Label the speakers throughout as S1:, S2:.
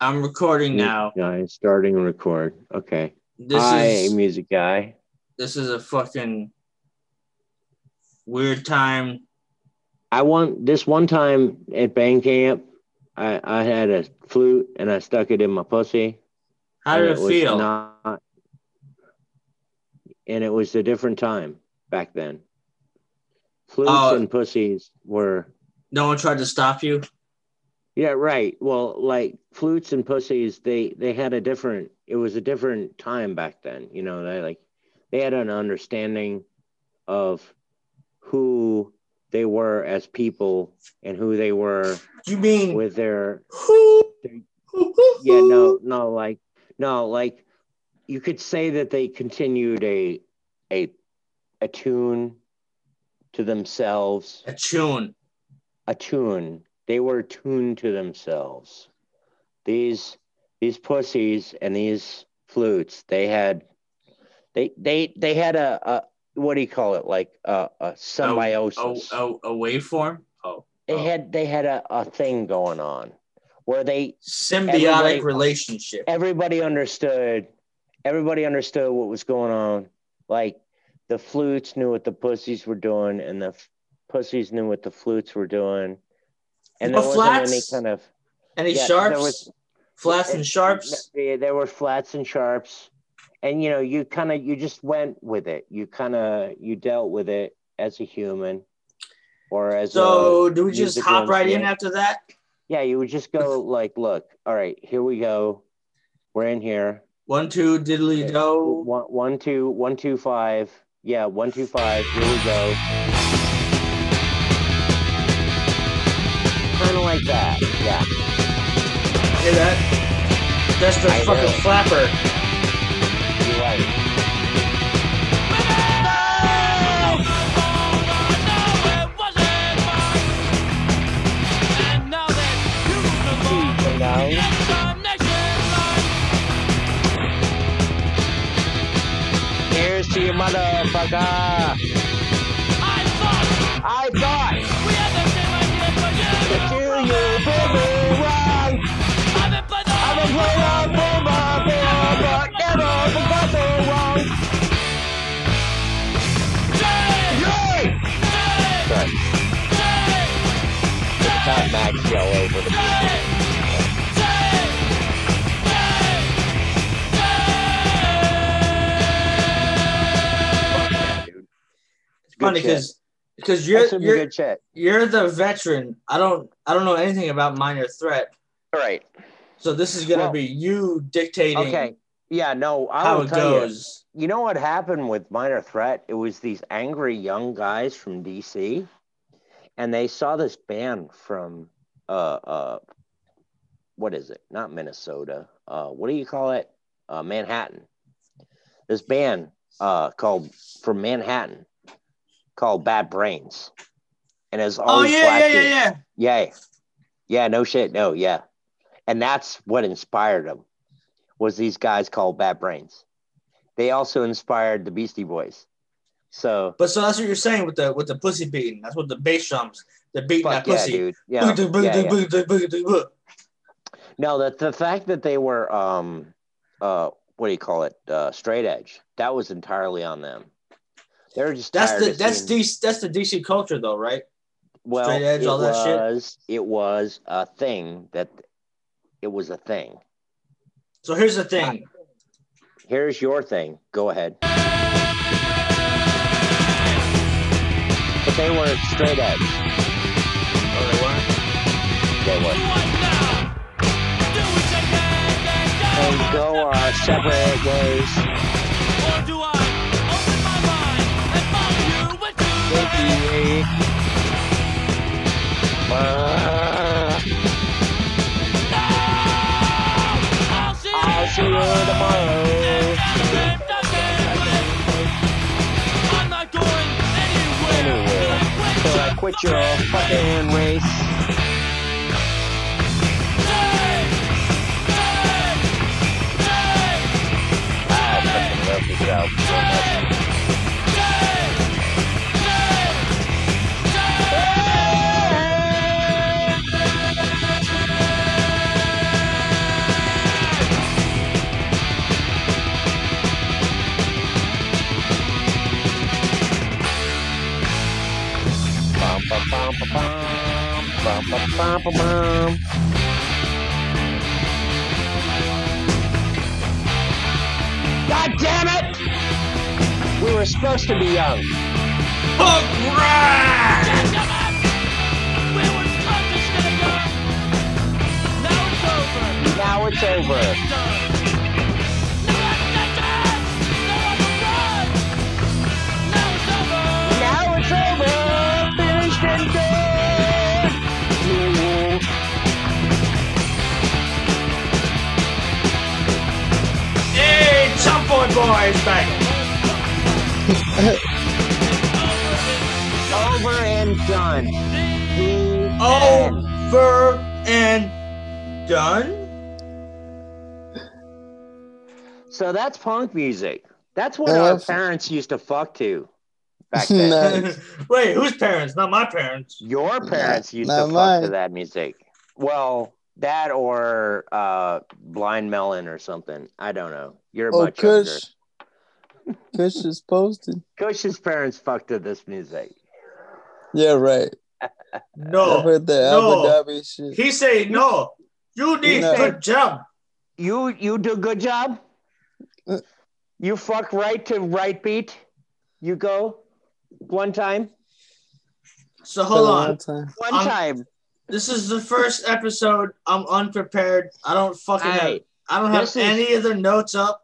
S1: I'm recording
S2: Music
S1: now.
S2: Guy, starting record. Okay.
S1: This
S2: Hi,
S1: is
S2: music guy.
S1: this is a fucking weird time.
S2: I want this one time at band camp. I, I had a flute and I stuck it in my pussy.
S1: How
S2: and
S1: did it,
S2: was
S1: feel?
S2: Not, and it was a different time back then. Flutes
S1: Oh.
S2: and pussies were
S1: no one tried to stop you.
S2: yeah right. Well, like flutes and pussies, they they had a different. It was a different time back then. You know, they like they had an understanding of who they were as people and who they were
S1: You mean
S2: with their
S1: who?
S2: yeah no no like no like you could say that they continued a a a tune to themselves
S1: A tune.
S2: a tune they were tuned to themselves these these pussies and these flutes they had they they they had a, a what do you call it like a, a symbiosis
S1: Oh, oh, a waveform. Oh,
S2: they had they had a, a thing going on where they
S1: symbiotic
S2: Everybody-
S1: relationship.
S2: everybody understood everybody understood what was going on like the flutes knew what the pussies were doing and the f- pussies knew what the flutes were doing and there
S1: Oh,
S2: wasn't any
S1: flats?
S2: kind of
S1: Any
S2: yeah, there
S1: sharps?
S2: was-
S1: flats and sharps.
S2: Yeah, there were flats and sharps and you know you kind of you just went with it you kind of you dealt with it as a human or as a
S1: So do we just
S2: musical
S1: hop right in
S2: instrument.
S1: after that?
S2: Yeah, you would just go like, look, all right, here we go. We're in here.
S1: One, two, diddly do.
S2: One, one, two, one, two, five. Yeah, one, two, five. Here we go. Kind of like that. Yeah.
S1: Hear that? That's the
S2: I uh,
S1: fucking
S2: know.
S1: flapper.
S2: You're right. Come down. Here's to your motherfucker. I thought that you, you did me wrong. I'm a player, boomer, boomer, but never because so wrong. Yay! Sorry, not Max yell over the dude. It's good
S1: Funny
S2: shit.
S1: because because
S2: That's
S1: you're
S2: some
S1: you're
S2: good shit.
S1: you're the veteran. I don't I don't know anything about minor threat.
S2: All right.
S1: So this is gonna
S2: Well-
S1: be you dictating
S2: Okay. Yeah, no, I
S1: how
S2: will
S1: it
S2: tell
S1: goes.
S2: you. You know what happened with Minor Threat? It was these angry young guys from DC, and they saw this band from uh uh what is it? Not Minnesota. Uh what do you call it? Uh Manhattan. This band uh called from Manhattan called Bad Brains. And it's all
S1: Oh
S2: these
S1: yeah,
S2: black
S1: yeah, yeah,
S2: dudes.
S1: yeah.
S2: Yeah. Yeah, no shit. No, yeah. And that's what inspired them was these guys called Bad Brains. They also inspired the Beastie Boys. So
S1: But so that's what you're saying with the with the pussy beating. That's what the bass drums, the beating that
S2: fuck yeah,
S1: pussy.
S2: dude. Yeah.
S1: Boogie, boogie,
S2: yeah, yeah.
S1: boogie, boogie, boogie, boogie, boogie.
S2: No, that the fact that they were um uh what do you call it? Uh straight edge. That was entirely on them. They were just
S1: That's
S2: tired
S1: the
S2: of
S1: that's
S2: seeing-
S1: DC that's the DC culture though, right?
S2: well,
S1: Straight edge,
S2: it
S1: all that shit?
S2: was, It was a thing that it was a thing.
S1: So here's the thing.
S2: Here's your thing. Go ahead. But they were straight edge. They were. They go our separate ways. Thank you. Ah, I'll see you tomorrow. Anyway, so I quit your fucking race. I fucking love this album so much. Ba-ba-ba-ba-bum. God damn it! We were supposed to be young.
S1: Punk rock!
S2: Now it's over. Now it's over. Finished and done.
S1: Hey, Chump Boy Boy is back.
S2: Over and done. The
S1: Oh,
S2: end.
S1: Over and done.
S2: So that's punk music. That's what
S3: Yeah,
S2: our
S3: that's-
S2: parents used to fuck to back then.
S3: No.
S1: Wait, whose parents? Not my parents.
S2: Your parents used
S3: not
S2: to fuck to
S3: mine.
S2: that music. Well, that or uh, Blind Melon or something. I don't know. You're
S3: Oh,
S2: much younger.
S3: Kush. Kush is posted.
S2: Kush's parents fucked to this music.
S3: Yeah, right. I
S1: No.
S3: heard the
S1: Oh, no.
S3: Abu Dhabi shit.
S1: He say no. You did
S3: No.
S1: good job.
S2: You you do good job.
S3: Uh.
S2: You fuck right to right beat. You go one time.
S1: So hold
S3: The
S1: on.
S3: one time.
S2: One
S1: I'm-
S2: time.
S1: This is the first episode. I'm unprepared. I don't fucking have,
S2: Hey,
S1: I don't have
S2: this is-
S1: any of the notes up.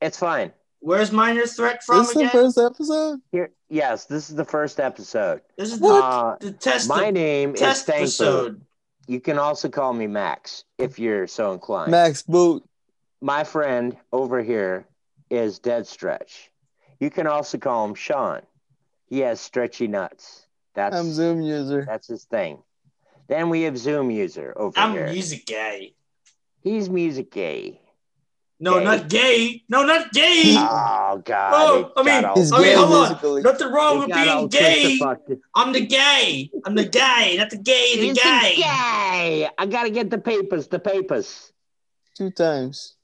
S2: it's fine.
S1: Where's minor threat from
S3: This is the
S1: again?
S3: first episode?
S2: Here, yes, this is the first episode.
S1: this is
S3: What?
S2: Uh,
S1: the, the test
S2: my name is
S1: test
S2: Thankful.
S1: episode.
S2: You can also call me Max if you're so inclined.
S3: Max Boot.
S2: My friend over here is Dead Stretch. You can also call him Sean. He has stretchy nuts. That's
S3: I'm Zoom user.
S2: that's his thing. Then we have Zoom user over
S1: I'm
S2: here.
S1: music gay.
S2: He's music gay.
S1: No,
S2: Gay.
S1: not gay. No, not gay.
S2: Oh God!
S1: Oh,
S2: it
S1: I mean-
S2: got all-
S3: He's
S1: I mean,
S3: gay
S1: hold on.
S3: musically.
S1: Nothing wrong
S2: it
S1: with
S2: got all
S1: being gay.
S2: crucifucked.
S1: I'm the gay. I'm the gay. Not the gay. The
S2: He's
S1: gay.
S2: gay. I gotta get the papers. The papers.
S3: Two times.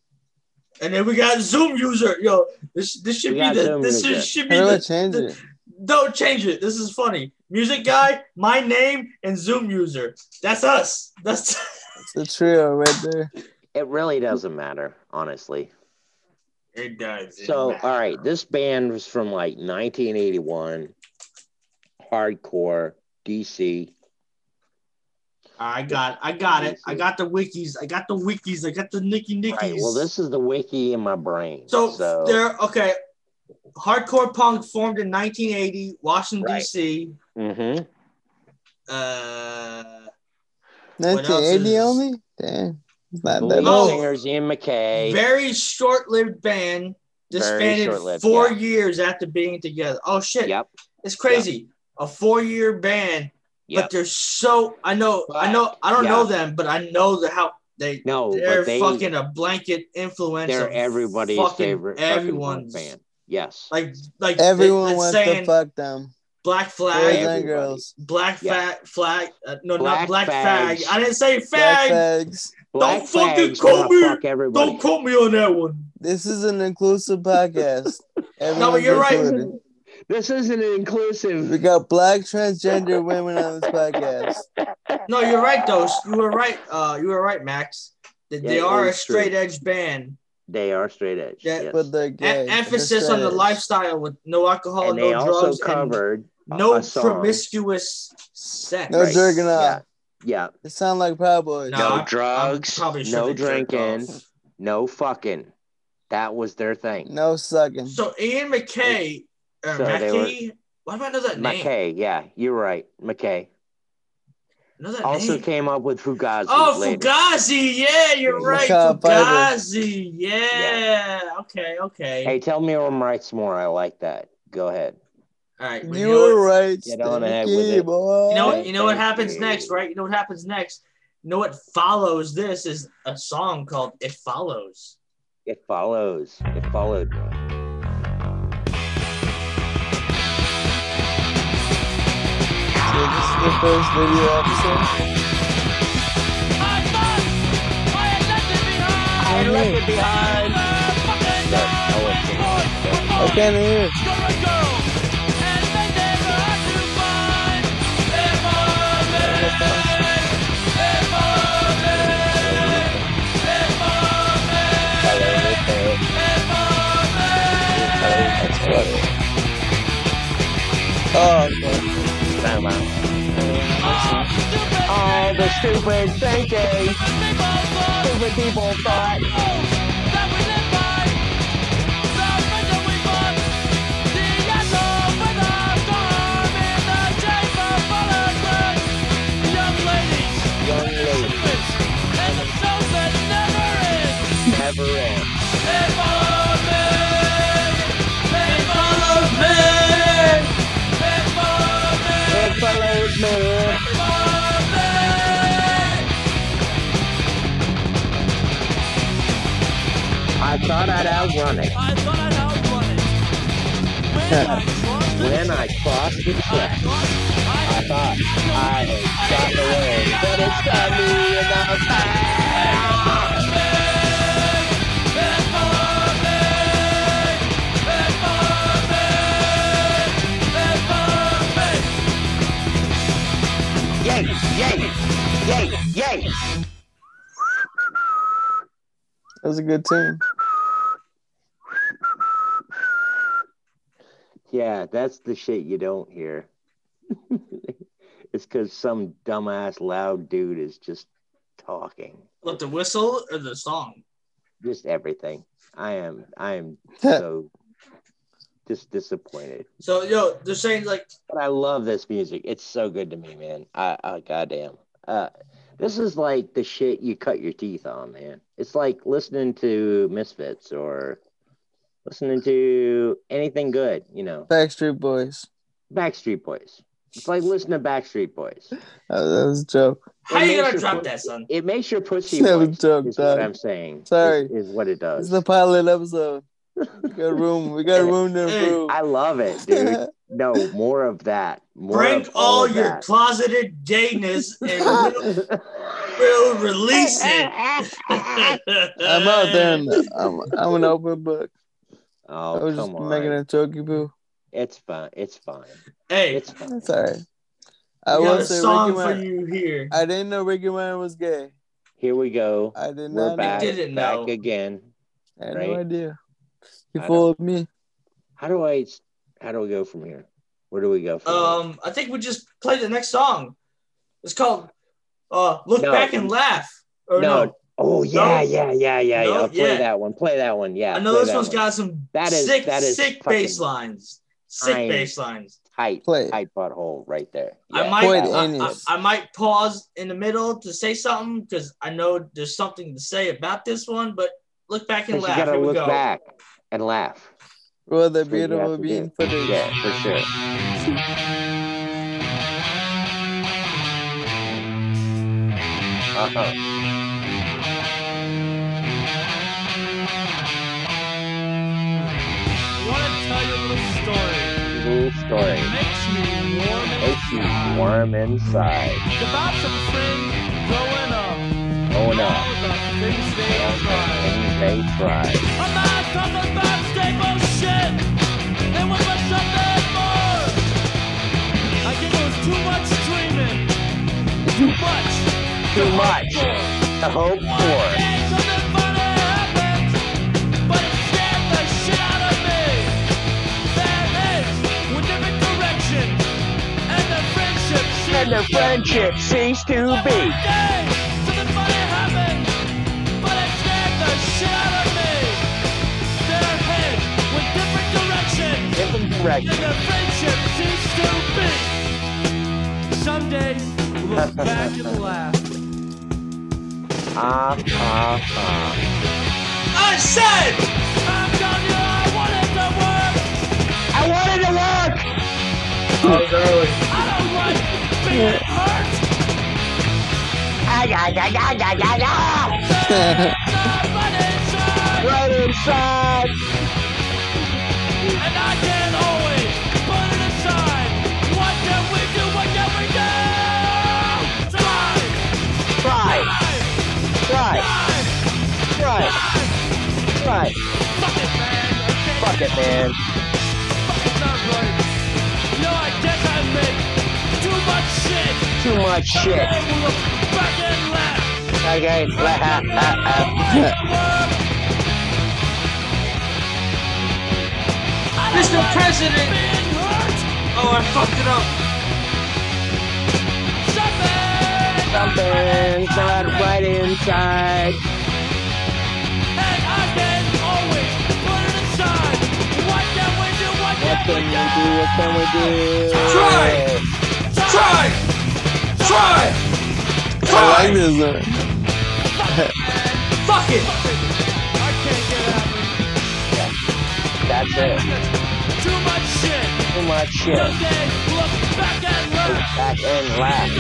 S1: And then we got Zoom user. Yo, this this should
S2: We
S1: be
S2: got
S1: the
S2: Zoom
S1: this should,
S2: user.
S1: should be
S3: How do I
S1: the,
S3: change
S1: the-
S3: it?
S1: don't change it. This is funny. Music guy, my name, and Zoom user. That's us. That's
S3: It's a trio right there.
S2: It really doesn't matter, honestly.
S1: it does.
S2: So, all right, this band was from like 1981, hardcore, DC.
S1: I got I got it. I got the wikis. I got the wikis. I got the Nicky Nickies.
S2: Right. Well, this is the wiki in my brain.
S1: so,
S2: So,
S1: they're okay. Hardcore punk formed in 1980, Washington
S2: Right.
S1: D.C.
S2: Mhm.
S1: Uh, What else
S3: 1980
S1: is-
S3: only? Damn. It's not
S2: the
S3: that
S2: lead
S1: No.
S3: old.
S2: singer's Ian McKay.
S1: very short-lived band.
S2: Very
S1: Disbanded
S2: short-lived,
S1: four
S2: yeah.
S1: years after being together. Oh shit!
S2: Yep.
S1: It's crazy. A four-year band,
S2: Yep.
S1: but they're so. I know. I know. I don't
S2: Yeah.
S1: know them, but I know the how they.
S2: No,
S1: They're
S2: but they,
S1: fucking a blanket influence.
S2: they're
S1: of
S2: everybody's
S1: fucking
S2: favorite
S1: Everyone's
S2: everyone's fan. Yes.
S1: like like they-
S3: Everyone
S1: they're
S3: wants
S1: saying
S3: to fuck them.
S1: black
S3: Boys
S1: flag,
S2: Yeah.
S3: and
S2: Everybody.
S3: girls.
S1: black
S2: Yeah.
S1: fag, flag. Uh, no, not
S2: Black
S1: black
S2: fags.
S1: fag. I didn't say fag.
S3: Black fags.
S2: Black
S1: fucking
S2: Flag's
S1: call
S2: gonna
S1: me-
S2: Fuck everybody.
S1: Don't quote me on that one.
S3: This is an inclusive podcast.
S1: No, but
S3: Everyone's
S1: you're right.
S3: included.
S2: This isn't inclusive.
S3: We got black transgender women on this podcast.
S1: No, you're right though. You were right. Uh, you were right, Max. That
S2: Yeah,
S1: they
S2: it
S1: are a
S2: is true.
S1: straight edge band.
S2: They are straight edge.
S1: Yeah,
S2: yes.
S3: But they're
S1: E-
S3: gay.
S1: emphasis on the
S3: lifestyle.
S1: lifestyle with no alcohol,
S2: and they
S1: no
S2: also
S1: drugs,
S2: covered
S1: and no
S2: a song.
S1: promiscuous sex.
S3: No
S2: Right.
S3: jerking off.
S2: Yeah. yeah.
S3: It sounds like Proud Boys.
S1: No,
S2: No
S1: I'm- I'm
S2: drugs,
S1: probably sure
S2: no
S1: they jerk
S2: drinking,
S1: off.
S2: no fucking. That was their thing.
S3: No sucking.
S1: So Ian McKay, uh, or
S2: So they were-
S1: Mackey, why do I know that name?
S2: McKay, yeah, you're right. McKay
S1: I know that
S2: also
S1: name.
S2: came up with Fugazi.
S1: Oh,
S2: later.
S1: Fugazi. Yeah, you're
S3: Yeah.
S1: right.
S3: Macabre Bible.
S1: Fugazi. Yeah. Okay. Okay.
S2: Hey, tell me I'm right some more. I like that. Go ahead.
S1: All right. well,
S3: you
S1: you, know
S3: were
S1: what,
S3: right.
S2: Get on
S3: Stinky
S2: ahead with it.
S3: boy.
S1: you know what?
S2: right.
S1: You know what
S2: Thank
S1: happens
S2: you.
S1: next, right? You know what happens next. You know what follows this is a song called "It Follows."
S2: It follows. It followed.
S3: So this is the first video episode.
S2: I left it behind. No, I wasn't.
S3: I can't hear. Oh,
S2: did the stupid thing they stupid people thought. Young lady, never end. It follows me. I thought I'd outrun it
S4: I thought I'd outrun it. When I crossed the
S2: when I crossed the
S4: I
S2: track.
S4: crossed, I
S2: I thought I had gotten away, but it's got me in the back. Yay! Yay! Yay! Yay!
S3: That was a good tune.
S2: Yeah, that's the shit you don't hear. it's because some dumbass loud dude is just talking,
S1: Let the whistle or the song.
S2: just everything. I am, I am so just disappointed.
S1: So yo, they're saying like
S2: But I love this music. It's so good to me, man. I, I goddamn. Uh, this is like the shit you cut your teeth on, man. It's like listening to Misfits or listening to anything good, you know.
S3: Backstreet Boys.
S2: Backstreet Boys. It's like listening to Backstreet Boys.
S3: Uh, that was a joke.
S1: how you gonna
S2: It makes your
S1: drop
S2: pu-
S1: that, son?
S2: It makes your pussy.
S3: That was
S2: moist,
S3: dumb,
S2: is what
S3: dog.
S2: I'm saying. is-
S3: Sorry.
S2: is, what it
S3: It's
S2: does.
S3: the pilot episode. We got room. We got room to
S1: Hey,
S3: improve.
S2: I love it, dude. No, more of that. More
S1: Bring
S2: of all,
S1: all
S2: of
S1: your
S2: that.
S1: closeted gayness and we'll, we'll release it.
S3: I'm
S1: I'm
S3: out there. And I'm, I'm an open book. I
S2: oh,
S3: was just
S2: come on.
S3: making a jokey boo.
S2: It's fine. It's fine.
S1: Hey,
S2: It's fine.
S3: That's all right.
S1: I
S3: I
S1: got
S3: will
S1: a
S3: say
S1: song
S3: Ricky
S1: for
S3: Martin.
S1: you here.
S3: I didn't know Ricky Martin was gay.
S2: Here we go.
S3: I did
S2: We're
S3: not.
S2: back.
S1: I didn't
S2: back
S1: know.
S2: again.
S3: Know. I had
S2: Right.
S3: no idea. You
S2: I
S3: fooled me.
S2: How do I? How do we go from here? Where do we go from? here?
S1: Um, I think we just play the next song. It's called uh, "Look
S2: No.
S1: Back and Laugh." Or
S2: No.
S1: no,
S2: Oh yeah, yeah, yeah, yeah,
S1: No,
S2: yeah. Play
S1: yeah.
S2: that one. Play that one. Yeah.
S1: I know
S2: play
S1: this
S2: that
S1: one's
S2: one.
S1: got some
S2: That is-
S1: sick,
S2: that is
S1: sick
S2: fucking-
S1: bass lines. Sick
S2: I'm-
S1: bass lines.
S2: tight,
S3: Play.
S2: tight butthole right there.
S1: I
S2: Yeah,
S1: might,
S3: Point
S1: I,
S3: in
S1: I-
S3: it.
S1: I might pause in the middle to say something because I know there's something to say about this one. But look back and
S2: Because you
S1: laugh.
S2: gotta
S1: Here we
S2: look
S1: go.
S2: back and laugh.
S3: Well, the
S2: That's what you
S3: beautiful
S2: have to
S3: being
S2: do.
S3: footage.
S2: Yeah, for sure. Uh-huh.
S4: want to tell you a little story.
S2: Cool story.
S4: Makes me warm
S2: Makes you
S4: inside.
S2: warm inside.
S4: It's about some friends growing up.
S2: Oh
S4: All
S2: no.
S4: the things they tried.
S2: And they try.
S4: I'm not talking about stable shit. They were for something more. I think it was too much dreaming. Too much.
S2: Too much to hope for.
S4: One day something funny happened, but it scared the shit out of me. Their heads were different direction, and the friendship
S2: And the
S4: shit.
S2: friendship ceased to be. Different direction.
S4: Someday we'll look back and laugh.
S2: Ah, ah,
S1: I said,
S4: I'm telling you, I wanted to work.
S2: ah. I wanted to work!
S4: I don't like being hurt.
S2: Ah, yeah, yeah, yeah, yeah, yeah, yeah.
S4: Nobody's
S2: Right
S4: hurt.
S2: inside.
S4: And I can always put it aside. What can we do? What can we do? Try,
S2: Try,
S4: try,
S2: try, try,
S4: try, try.
S2: try.
S4: Fuck it, man. I can't
S2: Fuck it, man.
S4: fuck it, not right. No, I guess I make too much shit.
S2: Too much shit.
S4: Someday we'll look back and laugh.
S2: Okay. Ah, ah, ah.
S4: I don't
S1: Mr.
S4: like
S1: President.
S4: being hurt.
S1: Oh, I fucked it up.
S4: Something
S2: something's not right inside.
S4: And I can always put it aside. What can we do? What
S2: What
S4: can
S2: can
S4: we
S2: we do?
S4: do?
S2: What can we do?
S1: Try! Try! Try!
S3: I like this one.
S1: Fuck it!
S4: I can't get out of it.
S2: That's it.
S4: Too much shit.
S2: Too much shit.
S4: Someday, look back and laugh.
S2: Back and laugh.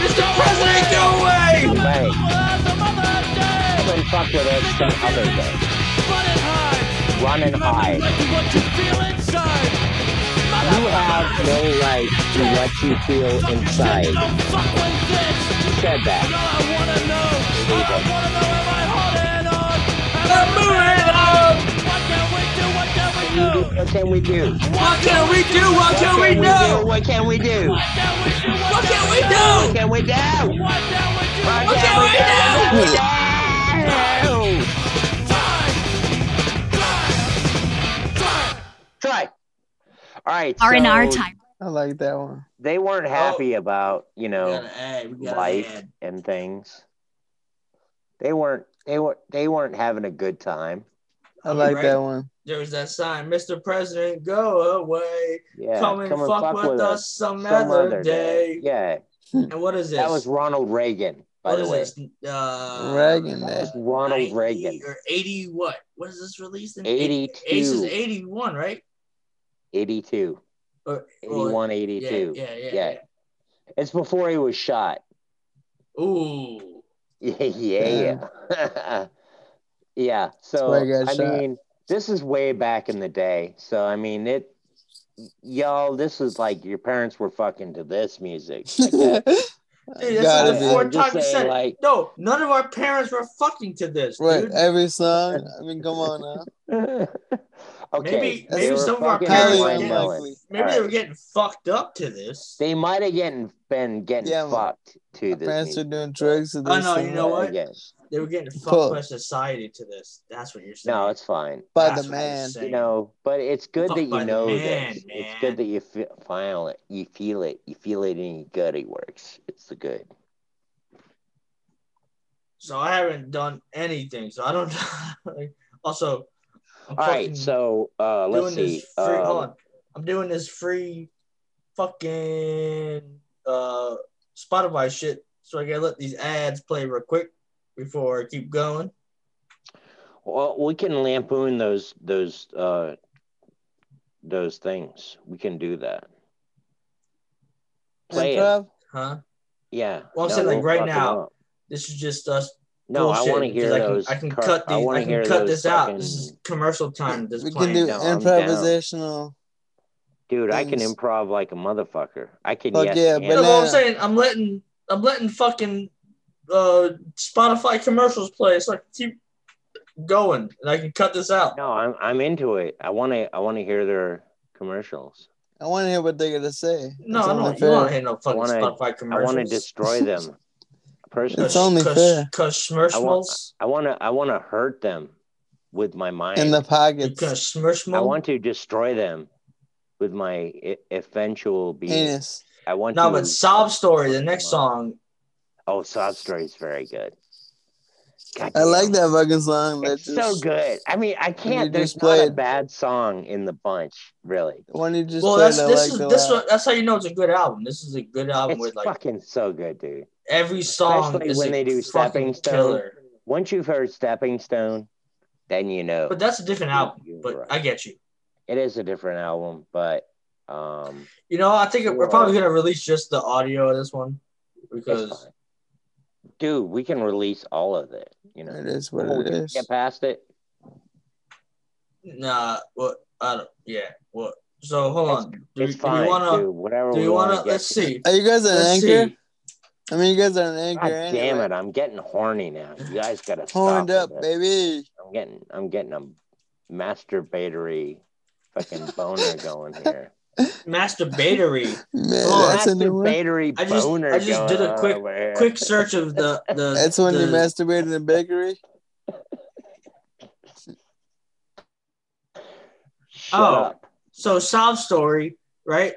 S4: Mr. President,
S1: Mr. President, go away!
S2: Hey,
S4: some other day.
S2: come and fuck with us some other day.
S4: Run it high.
S2: Run and hide.
S4: Let you what you feel inside.
S2: You have no right to what you feel inside.
S4: Don't fuck with this.
S2: You said
S4: And
S2: that.
S4: all I wanna know, all I wanna know, am I holding on? Am I
S1: I'm moving on!
S4: What can we do? What can we do?
S2: What can we do?
S1: What can we do? What can we
S2: do?
S1: do?
S2: What can we do?
S4: What can we do?
S1: What can we do?
S2: What can we do?
S1: What can we
S4: What can we do? What
S1: do?
S2: What can we do?
S4: time?
S2: Try. All right.
S5: R and R
S2: so
S5: time.
S3: I like that one.
S2: They weren't happy about you
S1: We
S2: know
S1: Oh. gotta add, we gotta
S2: life
S1: add.
S2: and things. They weren't. They were. They weren't having a good time.
S3: I like
S1: Right.
S3: that one.
S1: There was that sign, Mr. President, go away.
S2: Yeah.
S1: come and fuck, with, us some,
S2: some
S1: other,
S2: other
S1: day.
S2: Yeah.
S1: And what is this?
S2: That was Ronald Reagan, by
S1: What
S2: the
S1: is
S2: way.
S1: this? Uh,
S3: Reagan,
S2: That
S3: that.
S2: was Ronald
S1: 90
S2: Reagan.
S1: Or 80 what? What is this released in?
S2: 82.
S1: Ace is 81, right?
S2: 82.
S1: Or, or-
S2: 81,
S1: yeah,
S2: 82.
S1: yeah, yeah,
S2: Yeah. It's before he was shot.
S1: yeah. Ooh.
S2: Yeah, yeah, yeah. yeah. So
S3: why I got
S2: I
S3: shot.
S2: mean, this is way back in the day. So I mean, it, y'all, this is like your parents were fucking to this music. Like,
S1: Dude,
S3: Gotta
S1: this is the
S3: be.
S1: fourth
S2: Just
S1: time you
S2: saying,
S1: said it.
S2: like-
S1: No, none of our parents were fucking to this,
S3: Right,
S1: dude.
S3: every song. I mean, come on now.
S2: okay,
S1: Maybe-
S2: they
S1: maybe
S2: were
S1: some of our
S2: fucking
S1: parents
S2: Blind
S1: were
S2: Melon.
S3: getting-
S1: Maybe
S2: All
S1: they
S2: right.
S1: were getting fucked up to this.
S2: They might have getting been getting
S3: Yeah, man.
S2: fucked to this.
S3: Parents are
S2: music.
S3: doing drugs to this.
S1: Oh, no, you
S3: and
S1: know
S3: that.
S1: what?
S2: Again.
S1: They were getting fucked
S3: Fuck.
S1: by society to this. That's what you're saying.
S2: No, it's fine.
S3: By
S1: That's
S3: the
S1: what I'm
S3: man.
S1: saying.
S2: You know, but it's good
S1: Fuck
S2: that
S1: by
S2: you
S1: the
S2: know
S1: man,
S2: this.
S1: man.
S2: It's good that you feel, feel it. You feel it. You feel it in your gutty works. It's the good.
S1: So I haven't done anything. So I don't. like, also, I'm
S2: All
S1: fucking
S2: right, so uh, let's
S1: doing
S2: see.
S1: this free. hold
S2: Um,
S1: on. I'm doing this free, fucking uh, Spotify shit. So I gotta let these ads play real quick before I keep going.
S2: well, we can lampoon those those uh, those things. We can do that. Play it.
S3: Improv?
S1: Huh?
S2: Yeah.
S1: Well, I'm
S2: No,
S1: saying, like,
S2: don't
S1: right
S2: fuck it
S1: now,
S2: up.
S1: This is just us.
S2: No, I
S1: bullshit,
S2: want to hear
S1: because I can-
S2: those.
S1: I can
S2: cur-
S1: cut
S2: I
S1: these. I,
S2: wanna
S1: can
S2: hear
S1: cut
S2: those
S1: this out. This is
S2: fucking-
S1: commercial time. This
S3: We
S1: playing.
S3: can do
S2: No, I'm
S3: improvisational.
S2: dude. I can
S3: things.
S2: improv like a motherfucker. I can.
S3: Fuck
S2: yes,
S3: yeah,
S2: and-
S1: No,
S3: but-
S1: but I'm
S3: Banana.
S1: saying I'm letting I'm letting fucking uh Spotify commercials play so I can keep going and I can cut this out.
S2: no, I'm I'm into it. I want to. I want to hear their commercials.
S3: I want to hear what they're gonna say.
S1: No,
S3: It's
S1: I
S3: only
S1: don't. You
S3: fair.
S1: want to hear no fucking
S2: wanna-
S1: Spotify
S2: I
S1: commercials?
S2: want to destroy them. Personally,
S3: It's only
S1: cause,
S3: fair.
S1: Cause
S2: I
S1: Smurshmals,
S2: I want to. I want to hurt them with my mind.
S3: in the pockets,
S1: because Smurshmal.
S2: I want to destroy them with my e- eventual being.
S3: penis.
S2: I want
S1: no,
S2: to.
S1: but Sob Story, the next song.
S2: Oh, sob story is very good. God
S3: I
S2: damn.
S3: like that fucking song. That
S2: It's so good. I mean, I can't.
S3: you
S2: There's
S3: just
S2: not a
S3: played-
S2: bad song in the bunch, really.
S3: When you just
S1: Well,
S3: played,
S1: that's
S3: I
S1: this
S3: liked
S1: is
S3: a
S1: this
S3: lot.
S1: one. That's how you know it's a good album. This is a good album
S2: It's
S1: with like
S2: fucking so good, dude.
S1: every song
S2: especially
S1: is
S2: when
S1: a
S2: they do
S1: fucking
S2: Stepping Stone.
S1: killer.
S2: Once you've heard Stepping Stone, then you know
S1: But that's a different album.
S2: You're
S1: But
S2: right.
S1: I get you.
S2: it is a different album. But um,
S1: You know, I think we're
S2: Yeah.
S1: probably gonna release just the audio of this one
S2: it's
S1: because
S2: fine. dude, we can release all of it. You know,
S3: It is what
S2: Oh,
S3: it
S2: did you
S3: is.
S2: Get past it.
S1: nah, what I don't, yeah, what? So hold
S2: It's-
S1: on. Do, we-
S2: It's
S1: do
S2: fine,
S1: we wanna?
S2: dude. Whatever
S1: Do
S2: we
S1: you
S2: want
S1: wanna?
S2: to get.
S1: Let's
S2: to.
S1: see.
S3: Are you guys an
S1: Let's
S3: anchor?
S1: see.
S3: I mean, you guys are an anchor.
S2: God damn
S3: anyway.
S2: it! I'm getting horny now. You guys gotta stop.
S3: Horned
S2: with
S3: up,
S2: this.
S3: baby.
S2: I'm getting I'm getting a masturbatory fucking boner going here.
S1: Masturbatery.
S3: Man,
S1: Oh,
S3: that's a new one.
S2: masturbatory
S1: I just-
S2: boner.
S1: I just did a
S2: going
S1: quick-
S2: over here.
S1: Quick search of the the.
S3: That's when you
S1: the-
S3: masturbated in the bakery.
S2: Shut
S1: Oh.
S2: up.
S1: So sob story, right?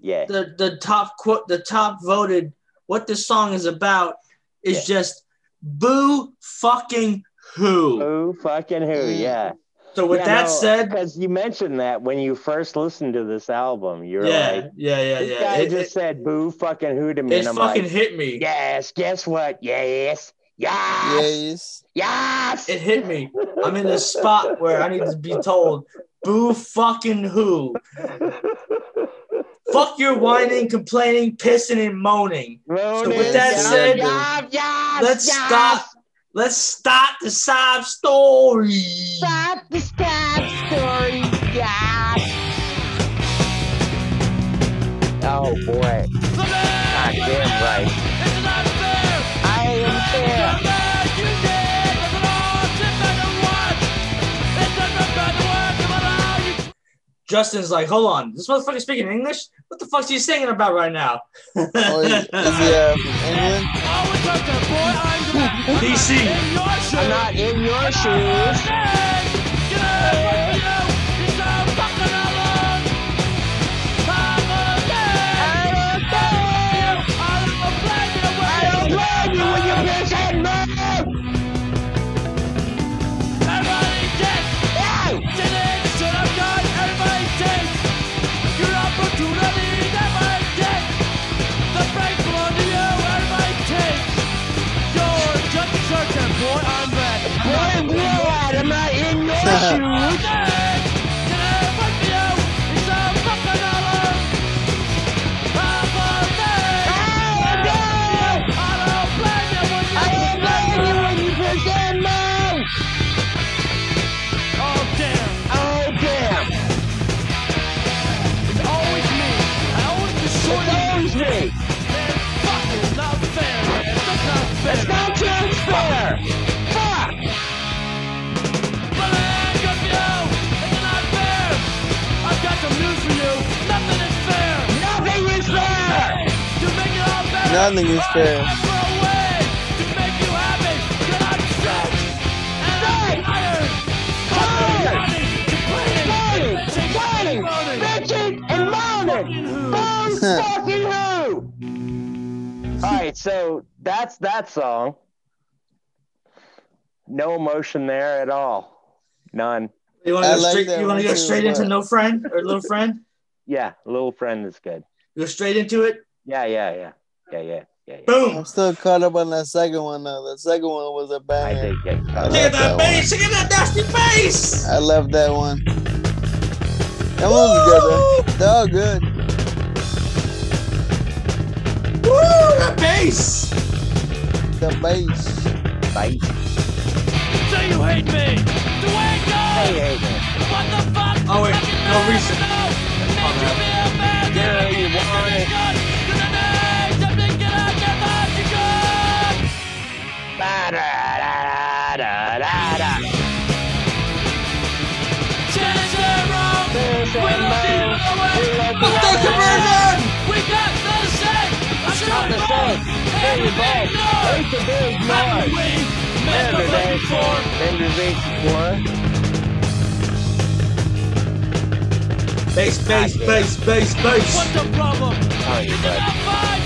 S2: Yeah.
S1: The the top quote, the top voted what this song is about is
S2: Yeah.
S1: just boo fucking who.
S2: Who fucking who?
S3: Mm.
S2: Yeah.
S1: So with
S2: Uh, Yeah,
S1: that
S2: no,
S1: said,
S2: because you mentioned that when you first listened to this album, you're
S1: yeah,
S2: like,
S1: yeah, yeah,
S2: this
S1: yeah.
S2: guy
S1: It,
S2: just
S1: it,
S2: said boo fucking who to me.
S1: it
S2: And I'm
S1: fucking
S2: like,
S1: hit me.
S2: yes, guess what? Yes, yes,
S3: Yes.
S2: yes.
S1: It hit me. I'm in a spot where I need to be told, boo fucking who. Fuck your whining, complaining, pissing, and moaning.
S2: Moaning,
S1: with that
S2: yes,
S1: said,
S2: yes, yes,
S1: Let's
S2: yes.
S1: stop. Let's stop the sob story.
S2: Stop the stop story. Yes. Oh boy. God damn right. I am there.
S1: Justin's like, hold on, this motherfucker speaking English? What the fuck's he singing about right now?
S3: Oh, is, is he uh, from England?
S1: DC.
S2: I'm not in your shoes. I don't blame you when you bitch and move. Hey!
S4: Boy, I'm back.
S2: Boy, I'm blue eyed. I'm not in your shoes. Hey, no! I don't blame you when you bitch and move. Oh damn! It's always me. It's not just fair. Fuck. Nothing is fair.
S3: Nothing is fair.
S2: Tired,
S4: Hey!
S2: tired, tired, bitching and moaning. Boo fucking who? All right, so that's that song. No emotion there at all. None.
S1: You want to
S3: I
S1: go
S3: like
S1: straight,
S3: that
S1: you wanna
S3: one
S1: go
S3: too,
S1: straight into
S3: but-
S1: no friend or little friend?
S2: Yeah, little friend is good.
S1: Go straight into it.
S2: Yeah, yeah, yeah, yeah, yeah, yeah. yeah.
S1: Boom.
S3: I'm still caught up on that second one though. The second one was a
S2: I
S3: banger.
S2: did get caught
S1: Look
S2: up.
S1: at that
S3: that one.
S1: bass. Look at that nasty bass.
S3: I love that one. That one's good. Though. They're all good.
S1: Woo, that bass.
S3: The bass.
S2: Bye.
S4: So you hate me? Do I
S2: Hey,
S4: know?
S2: hey, hey.
S4: What the fuck?
S1: Oh, wait, no, recent.
S2: Girl, you want it. Ba, da, da, da, da, da. Bitch and moan. We love the
S1: Fuck
S2: other
S1: that conversion.
S2: Not the same. Hey, you both. It's a big noise. Remember that. Remember that before?
S1: Bass, bass, bass, bass,
S4: What's
S1: bass.
S4: the problem?
S2: Tell you,
S4: Is it
S2: bud.
S4: not fun?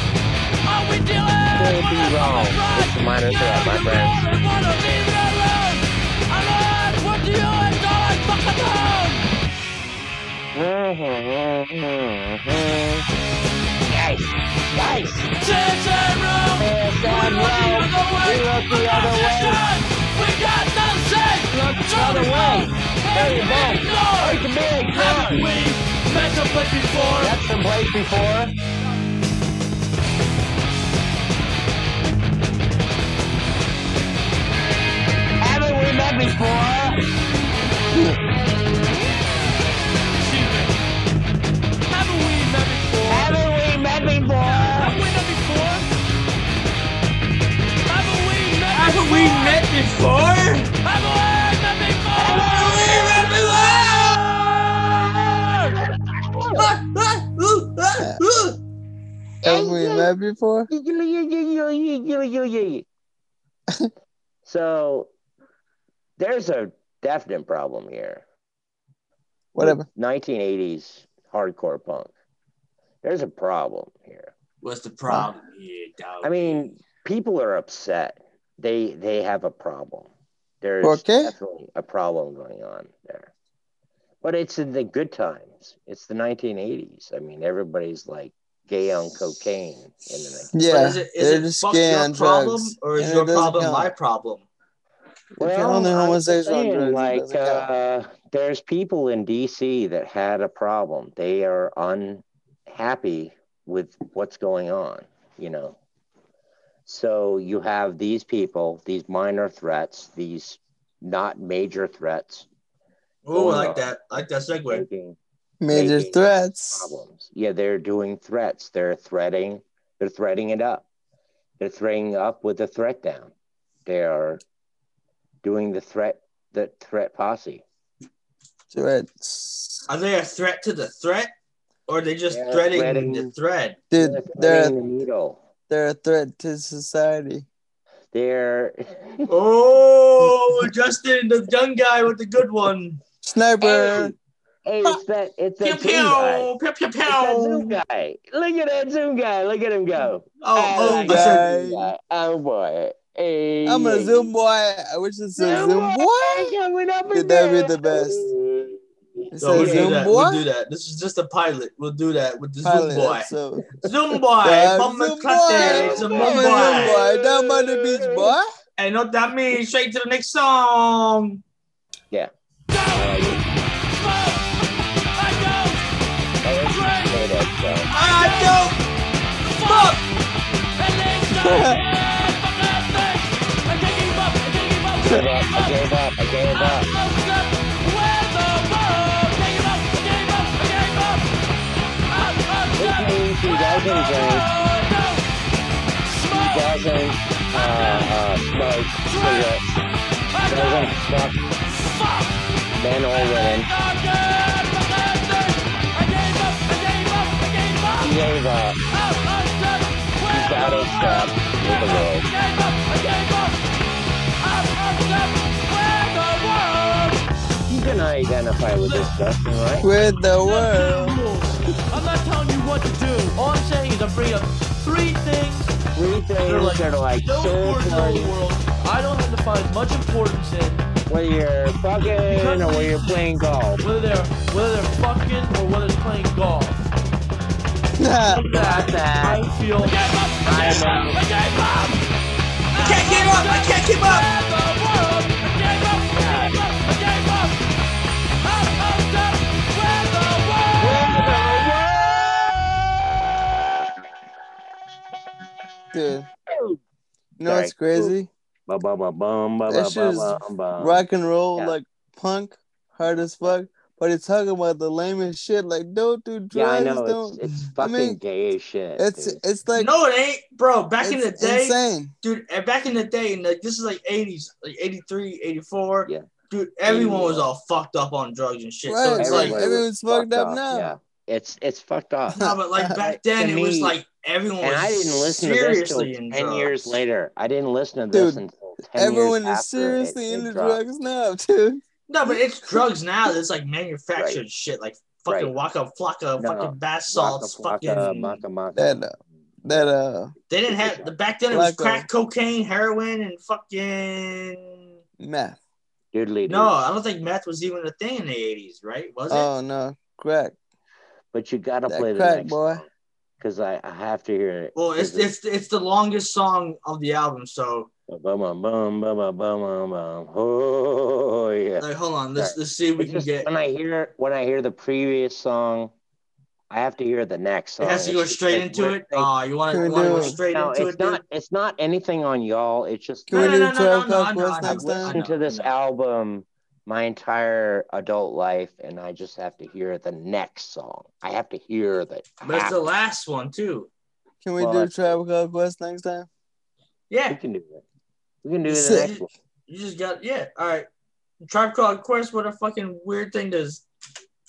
S4: Are we dealing
S2: Can't
S4: with
S2: be
S4: a
S2: wrong.
S4: fraud?
S2: It's a minor threat, my friend.
S4: I wanna leave it alone. I learned what you and all I fucking own.
S2: Yes, yes.
S4: Since I wrong,
S2: Yes, I'm
S4: we
S2: wrong.
S4: look the other way.
S2: We look the
S4: I'm
S2: other
S4: just
S2: way.
S4: done. We got nothing to say.
S2: Look the other way. There you go. It's a big noise.
S4: Haven't we met up like before?
S2: That's the place before. Haven't we met before?
S4: Haven't we met before?
S2: Haven't we met before?
S4: Haven't we met before? Haven't we met
S1: Haven't we
S4: before?
S1: met before?
S4: Haven't we met before?
S1: Ah, ah, ooh, ah, ooh.
S3: Have we met before?
S2: so there's a definite problem here.
S3: Whatever.
S2: 1980s hardcore punk. There's a problem here.
S1: What's the problem here, dog?
S2: I mean, people are upset. They they have a problem. There's
S3: Okay.
S2: definitely a problem going on there. But it's in the good times. It's the 1980s. I mean, everybody's like gay on cocaine in the 1980s.
S1: But
S3: Yeah,
S1: is it,
S3: they're
S1: is
S3: just
S1: it fuck
S3: gay
S1: your
S3: on
S1: problem
S3: drugs.
S1: or is
S3: and it
S1: your
S3: doesn't
S1: problem
S3: count.
S1: my problem?
S3: If you're on the
S2: I'm
S3: homosexual
S2: saying,
S3: drugs, it
S2: like
S3: doesn't count.
S2: uh, there's people in DC that had a problem. They are unhappy with what's going on, you know. So you have these people, these minor threats, these not major threats,
S1: Ooh, I
S2: Oh.
S1: like that. I like that segue.
S2: making
S3: major
S2: making
S3: threats.
S2: problems. Yeah, they're doing threats. They're threading. They're threading it up. They're threading up with the threat down. They are doing the threat, the threat posse.
S3: Threats.
S1: Are they a threat to the threat? Or are they just
S2: They're
S1: threading,
S2: threading-
S1: the thread?
S3: Dude,
S2: they're
S3: they're
S2: threading the needle.
S3: they're a threat to society.
S2: They're
S1: Oh, Justin, the young guy with the good one.
S3: Sniper.
S2: hey, it's that it's
S1: Pew
S2: that Zoom guy.
S1: pew, pew pew
S2: It's that Zoom
S1: pew.
S2: guy. Look at that Zoom guy. Look at him go.
S1: Oh,
S2: I
S1: oh,
S2: like
S1: I said,
S2: that Zoom guy. Oh boy. Hey,
S3: I'm a Zoom boy. I wish it said Zoom boy.
S2: Coming up
S3: Dude, that'd be the
S2: best.
S3: It
S1: no, we'll
S3: says
S1: do
S3: Zoom
S1: that.
S3: boy.
S1: We'll do that. This is just a pilot. We'll do that with the
S3: Pilot
S1: Zoom boy.
S3: episode.
S1: Zoom boy,
S3: Yeah,
S1: mama
S3: Zoom
S1: cutter,
S3: boy.
S1: Zoom
S3: I'm a Zoom
S1: boy.
S3: boy. Down by the beach, boy.
S1: And what that means, straight to the next song. I don't fuck.
S2: I gave up. I gave up. I gave up. This means he doesn't drink. He doesn't uh, uh, smoke cigarettes. Doesn't fuck men or women. He gave up. He's out of step with the world. You can identify with this, Justin, right?
S3: With the world.
S4: I'm not telling you what to do. All I'm saying is I'm bringing up three things
S2: Three
S4: They're
S2: things
S4: like,
S2: that are like
S4: no
S2: so
S4: important in the
S2: important,
S4: world. I don't have to find much importance in
S2: whether you're fucking or whether you're playing golf.
S4: whether they're whether they're fucking or whether they're playing golf.
S3: Nah,
S4: That I feel
S2: I'm a
S1: I can't give up. I can't give up.
S2: cat.
S3: dude. You know what's crazy?
S2: Ba ba ba bum ba ba
S3: That shit is
S2: ba bum bum.
S3: Rock and
S2: Um,
S3: roll,
S2: yeah.
S3: like punk, hard as fuck. But it's talking about the lamest shit. Like, don't do drugs.
S2: Yeah, I know.
S3: don't.
S2: It's, it's
S3: I
S2: fucking
S3: mean,
S2: gay as shit.
S3: It's
S2: dude.
S3: it's like
S1: no, it ain't, bro. Back in the
S3: it's
S1: day,
S3: insane.
S1: dude. eh, Back in the day, and like this is like '80s, like '83, '84.
S2: Yeah.
S1: Dude, everyone was
S2: 81.
S1: all fucked up on drugs and shit. So
S3: Right,
S1: it's
S3: like
S1: like,
S3: everyone's fucked up now.
S2: Yeah, it's it's fucked up.
S1: no, but like back then,
S2: Uh, To
S1: it was
S2: me-
S1: like everyone
S2: and
S1: was
S2: I didn't listen to this till
S1: seriously
S2: ten
S1: in drugs.
S2: years later. I didn't listen to this
S3: Dude,
S2: until ten
S3: Everyone
S2: years
S3: is
S2: after it-
S3: seriously
S2: it
S3: into
S2: dropped.
S3: drugs now, dude.
S1: No, but it's drugs now that's like manufactured shit, like fucking
S2: Right.
S1: Waka Flocka,
S2: No,
S1: fucking bath
S2: Waka,
S1: salts,
S2: waka,
S1: fucking.
S2: maka, maka.
S3: That uh, that uh,
S1: They didn't have the back then. It was
S3: Flocka.
S1: crack, cocaine, heroin, and fucking.
S3: meth.
S2: Doodly
S1: No,
S2: doo.
S1: I don't think meth was even a thing in the eighties, right? Was it?
S2: Uh,
S3: Oh no, crack.
S2: But you gotta
S3: That
S2: play the
S3: crack,
S2: next
S3: boy.
S2: boy. because I, I have to hear it.
S1: well, it's,
S2: 'Cause
S1: it's it's the longest song of the album, so
S2: bum bum bum bum bum bum bum. Oh yeah.
S1: like, hold on, let's
S2: Right.
S1: let's see if we
S2: It's
S1: can
S2: just
S1: get.
S2: when I hear when I hear the previous song, I have to hear the next song.
S1: It has to
S2: It's
S1: go
S2: just
S1: straight
S2: like
S1: into
S2: weird
S1: it.
S2: thing.
S1: Oh, you want
S3: Can we
S1: to go
S3: do it?
S1: straight
S2: no,
S1: into
S2: it's
S1: it?
S2: not.
S1: Dude?
S2: It's not anything on y'all. It's just
S3: Can
S1: No,
S3: we
S1: no,
S3: do
S1: no, no,
S3: Twelve
S1: no,
S3: O'Clock
S1: no,
S3: Boys
S1: no,
S3: next
S1: no.
S3: time?
S2: listened to this album my entire adult life, and I just have to hear the next song. I have to hear the.
S1: But it's
S2: half-
S1: the last one too.
S3: Can we
S2: Well,
S3: do
S2: that's-
S3: Tribe Called Quest next time?
S2: We
S1: Yeah,
S2: can do that. We can do the
S3: Sick.
S2: next one.
S1: you just got yeah. All right, Tribe Called Quest. What a fucking weird thing to s-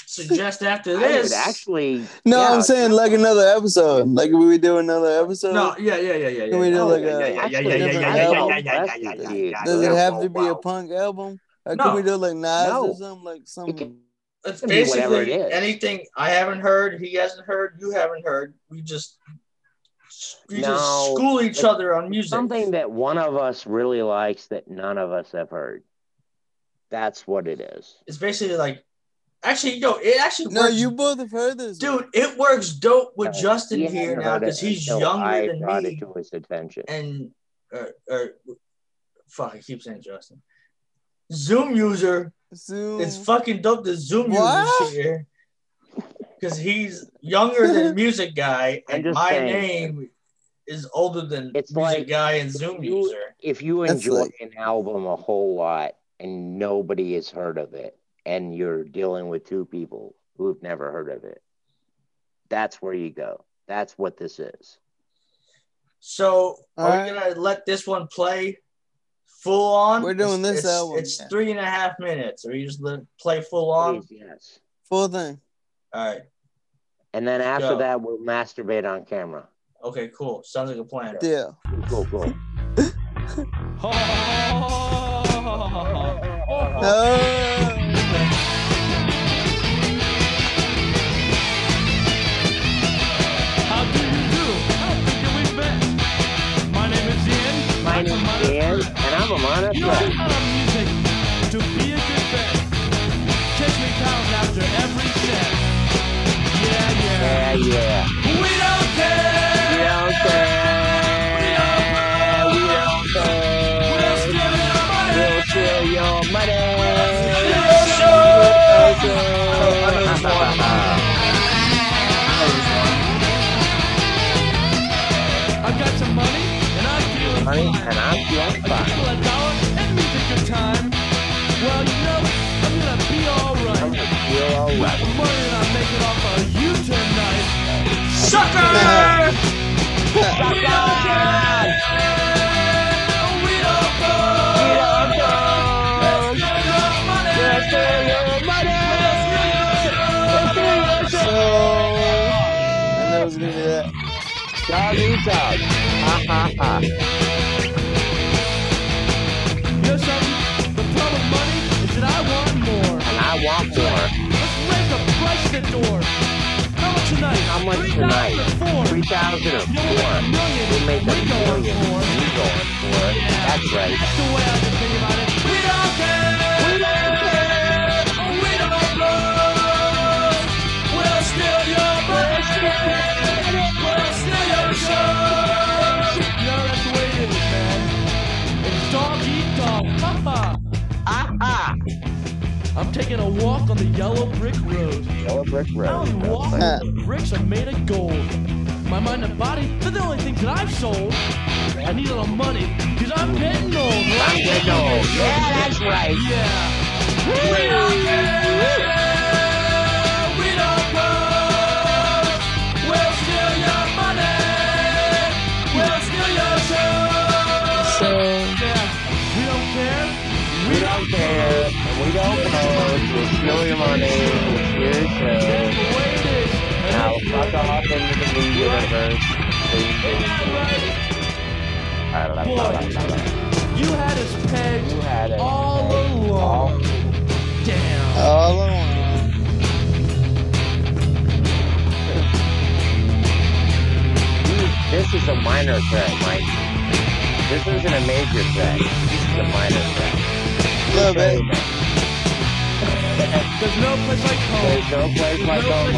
S1: suggest after
S2: I would
S1: this.
S2: actually.
S3: No,
S2: yeah,
S3: I'm saying like another episode. Like if we do another episode.
S1: No, yeah, yeah, yeah, yeah.
S3: Can we
S1: yeah.
S3: do
S1: Oh,
S3: like
S1: yeah,
S3: a-
S1: yeah, yeah, yeah,
S2: actually
S1: yeah, yeah,
S3: different
S1: yeah, yeah,
S3: album?
S1: yeah, yeah, yeah, yeah, yeah, yeah.
S3: Does it
S1: yeah,
S3: have
S1: whoa,
S3: to be
S1: whoa.
S3: a punk album? Or
S1: No.
S3: can we do like Nas
S2: No.
S3: or something like
S2: we
S3: some?
S2: can-
S1: It's
S2: It can be whatever
S1: basically
S2: it is.
S1: anything I haven't heard, he hasn't heard, you haven't heard. We just s- you
S2: No.
S1: just school each other on music.
S2: Something that one of us really likes that none of us have heard. That's what it is.
S1: It's basically like, actually, yo, it actually
S3: No,
S1: works.
S3: you both have heard this.
S1: dude, it works dope with
S2: Uh,
S1: Justin
S2: He
S1: here
S2: hadn't
S1: now
S2: heard it
S1: because he's
S2: until
S1: younger
S2: I
S1: than
S2: brought it
S1: me.
S2: to his attention.
S1: And or, or fuck, I keep saying Justin. Zoom user
S3: Zoom.
S1: is fucking dope. The Zoom
S3: Mm. What?
S1: user here because he's younger than music guy,
S2: I'm
S1: and
S2: just
S1: my
S2: saying.
S1: name is older than
S2: It's
S1: music
S2: like-
S1: guy and Zoom
S2: you-
S1: user.
S2: if you
S3: That's
S2: enjoy
S3: like-
S2: an album a whole lot and nobody has heard of it and you're dealing with two people who have never heard of it that's where you go that's what this is
S1: So are we
S3: Alright.
S1: gonna let this one play full on?
S3: We're doing
S1: It's-
S3: this
S1: it's,
S3: album,
S1: It's
S3: yeah.
S1: three and a half minutes. Are you just let it play full on?
S2: Please, yes
S3: Full thing.
S1: All right.
S2: and then after
S1: Go.
S2: that we'll masturbate on camera
S1: Okay. Cool. Sounds like a plan.
S3: Deal.
S2: cool cool
S1: Uh-huh.
S2: Oh.
S3: Oh.
S4: How do you do? How do we met? My name is Ian.
S2: my name's dan and i'm a
S4: You know
S2: monitor
S4: how to music to be a good bet. Catch me down after every set. Yeah, yeah.
S2: yeah yeah
S4: We don't care.
S2: we don't care we don't care
S4: We're still in our money.
S2: we'll steal your money
S4: I got some money and I'm feeling
S2: Honey,
S4: fine.
S2: and I'm feeling
S4: I
S2: fine.
S4: give a dollar and me's a good time. Well, you know, I'm gonna be alright.
S2: I'm gonna feel alright.
S4: The money that I make it off of you tonight.
S1: Sucker!
S4: We don't care. Oh, we don't care. Let's get our money. Let's get our
S3: So. I know it was gonna be that.
S2: Dog eat dog. Ha ha ha.
S4: You know something? The problem with money is that I want more.
S2: And I want more.
S4: Let's raise the price at the door. How much tonight?
S2: How much
S4: Three
S2: tonight?
S4: thousand four.
S2: Three thousand or
S4: You know what? A
S2: four.
S4: million.
S2: We make a
S4: We're going
S2: million.
S4: for.
S2: We going for it. That's right.
S4: That's the way I can think about it. We don't care. We don't care. Oh, we don't care. We'll steal your money. We'll steal your show. You know, that's the way it is, man. It's dog eat dog. Ha ha.
S2: Ha ha.
S4: I'm taking a walk on the yellow brick road.
S2: Yellow brick road.
S4: Alan Walker,
S2: That's right.
S4: the bricks are made of gold. My mind and body, they're the only things that I've sold. I need a little money, cause I'm getting old.
S2: I'm getting old. Yeah, that's right.
S4: Yeah. We don't care. We don't care. We'll steal your money. We'll steal your show. Yeah. We don't care.
S2: We don't care. and We don't care. We'll steal your money. We'll steal your show.
S4: That's the way it is.
S2: Now fuck off into the new universe.
S4: You had us pegged
S2: You had it.
S4: all along. Damn.
S3: All along.
S2: This is a minor threat, Mike. This isn't a major threat. This is a minor threat.
S3: Little bit.
S4: There's no place like home.
S2: There's no place like home.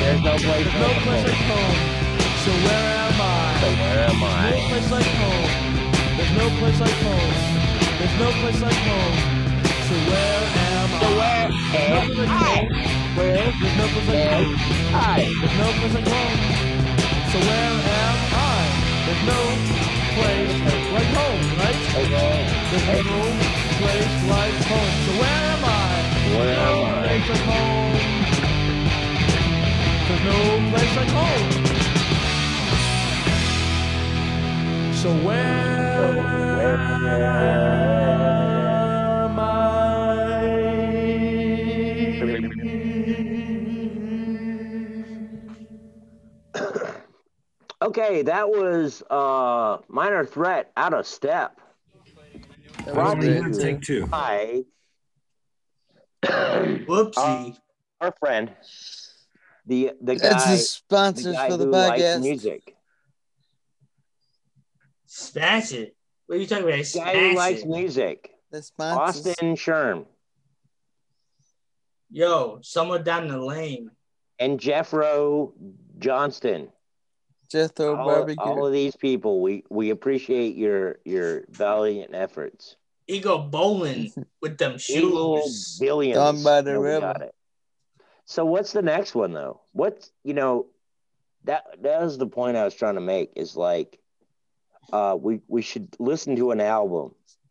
S2: There's no place
S4: There's no
S2: like
S4: place like
S2: home.
S4: home. So where am
S2: So
S4: I?
S2: where am
S4: No
S2: I?
S4: place like home. There's no place like home. There's no place like home. So where am I?
S2: So where
S4: There's no
S2: am
S4: place like
S2: I?
S4: home.
S2: Where
S4: There's no place like
S2: am
S4: home.
S2: I?
S4: There's no place like home. So where am I? There's no place like home, right?
S2: Okay.
S4: There's no place like home. So where am I?
S2: Where
S4: No
S2: am I?
S4: place like home. There's no place like home. So
S2: So
S4: where
S2: where
S4: am I?
S2: Okay, that was uh minor threat out of step
S3: That was
S2: Brought to
S3: great.
S2: you
S5: Take two.
S2: by
S1: Whoopsie.
S2: uh, our friend the the
S3: That's
S2: guy
S3: the
S2: the
S3: sponsors
S2: guy
S3: for the
S2: who likes
S3: podcast.
S2: music.
S1: Smash it. What are you talking about?
S2: Guy who
S1: Smash
S2: likes
S1: it.
S2: music.
S3: The sponsors.
S2: Austin Sherm
S1: Yo, someone down the lane.
S2: and Jeffro Johnston.
S3: Jethro
S2: All,
S3: Barbecue.
S2: all of these people, we we appreciate your your valiant efforts.
S1: Ego bowling with them
S2: Eagle
S1: shoes.
S2: billions.
S3: Down by the
S2: No, we
S3: river.
S2: got it. So what's the next one though? What's you know that that was the point I was trying to make is like uh we we should listen to an album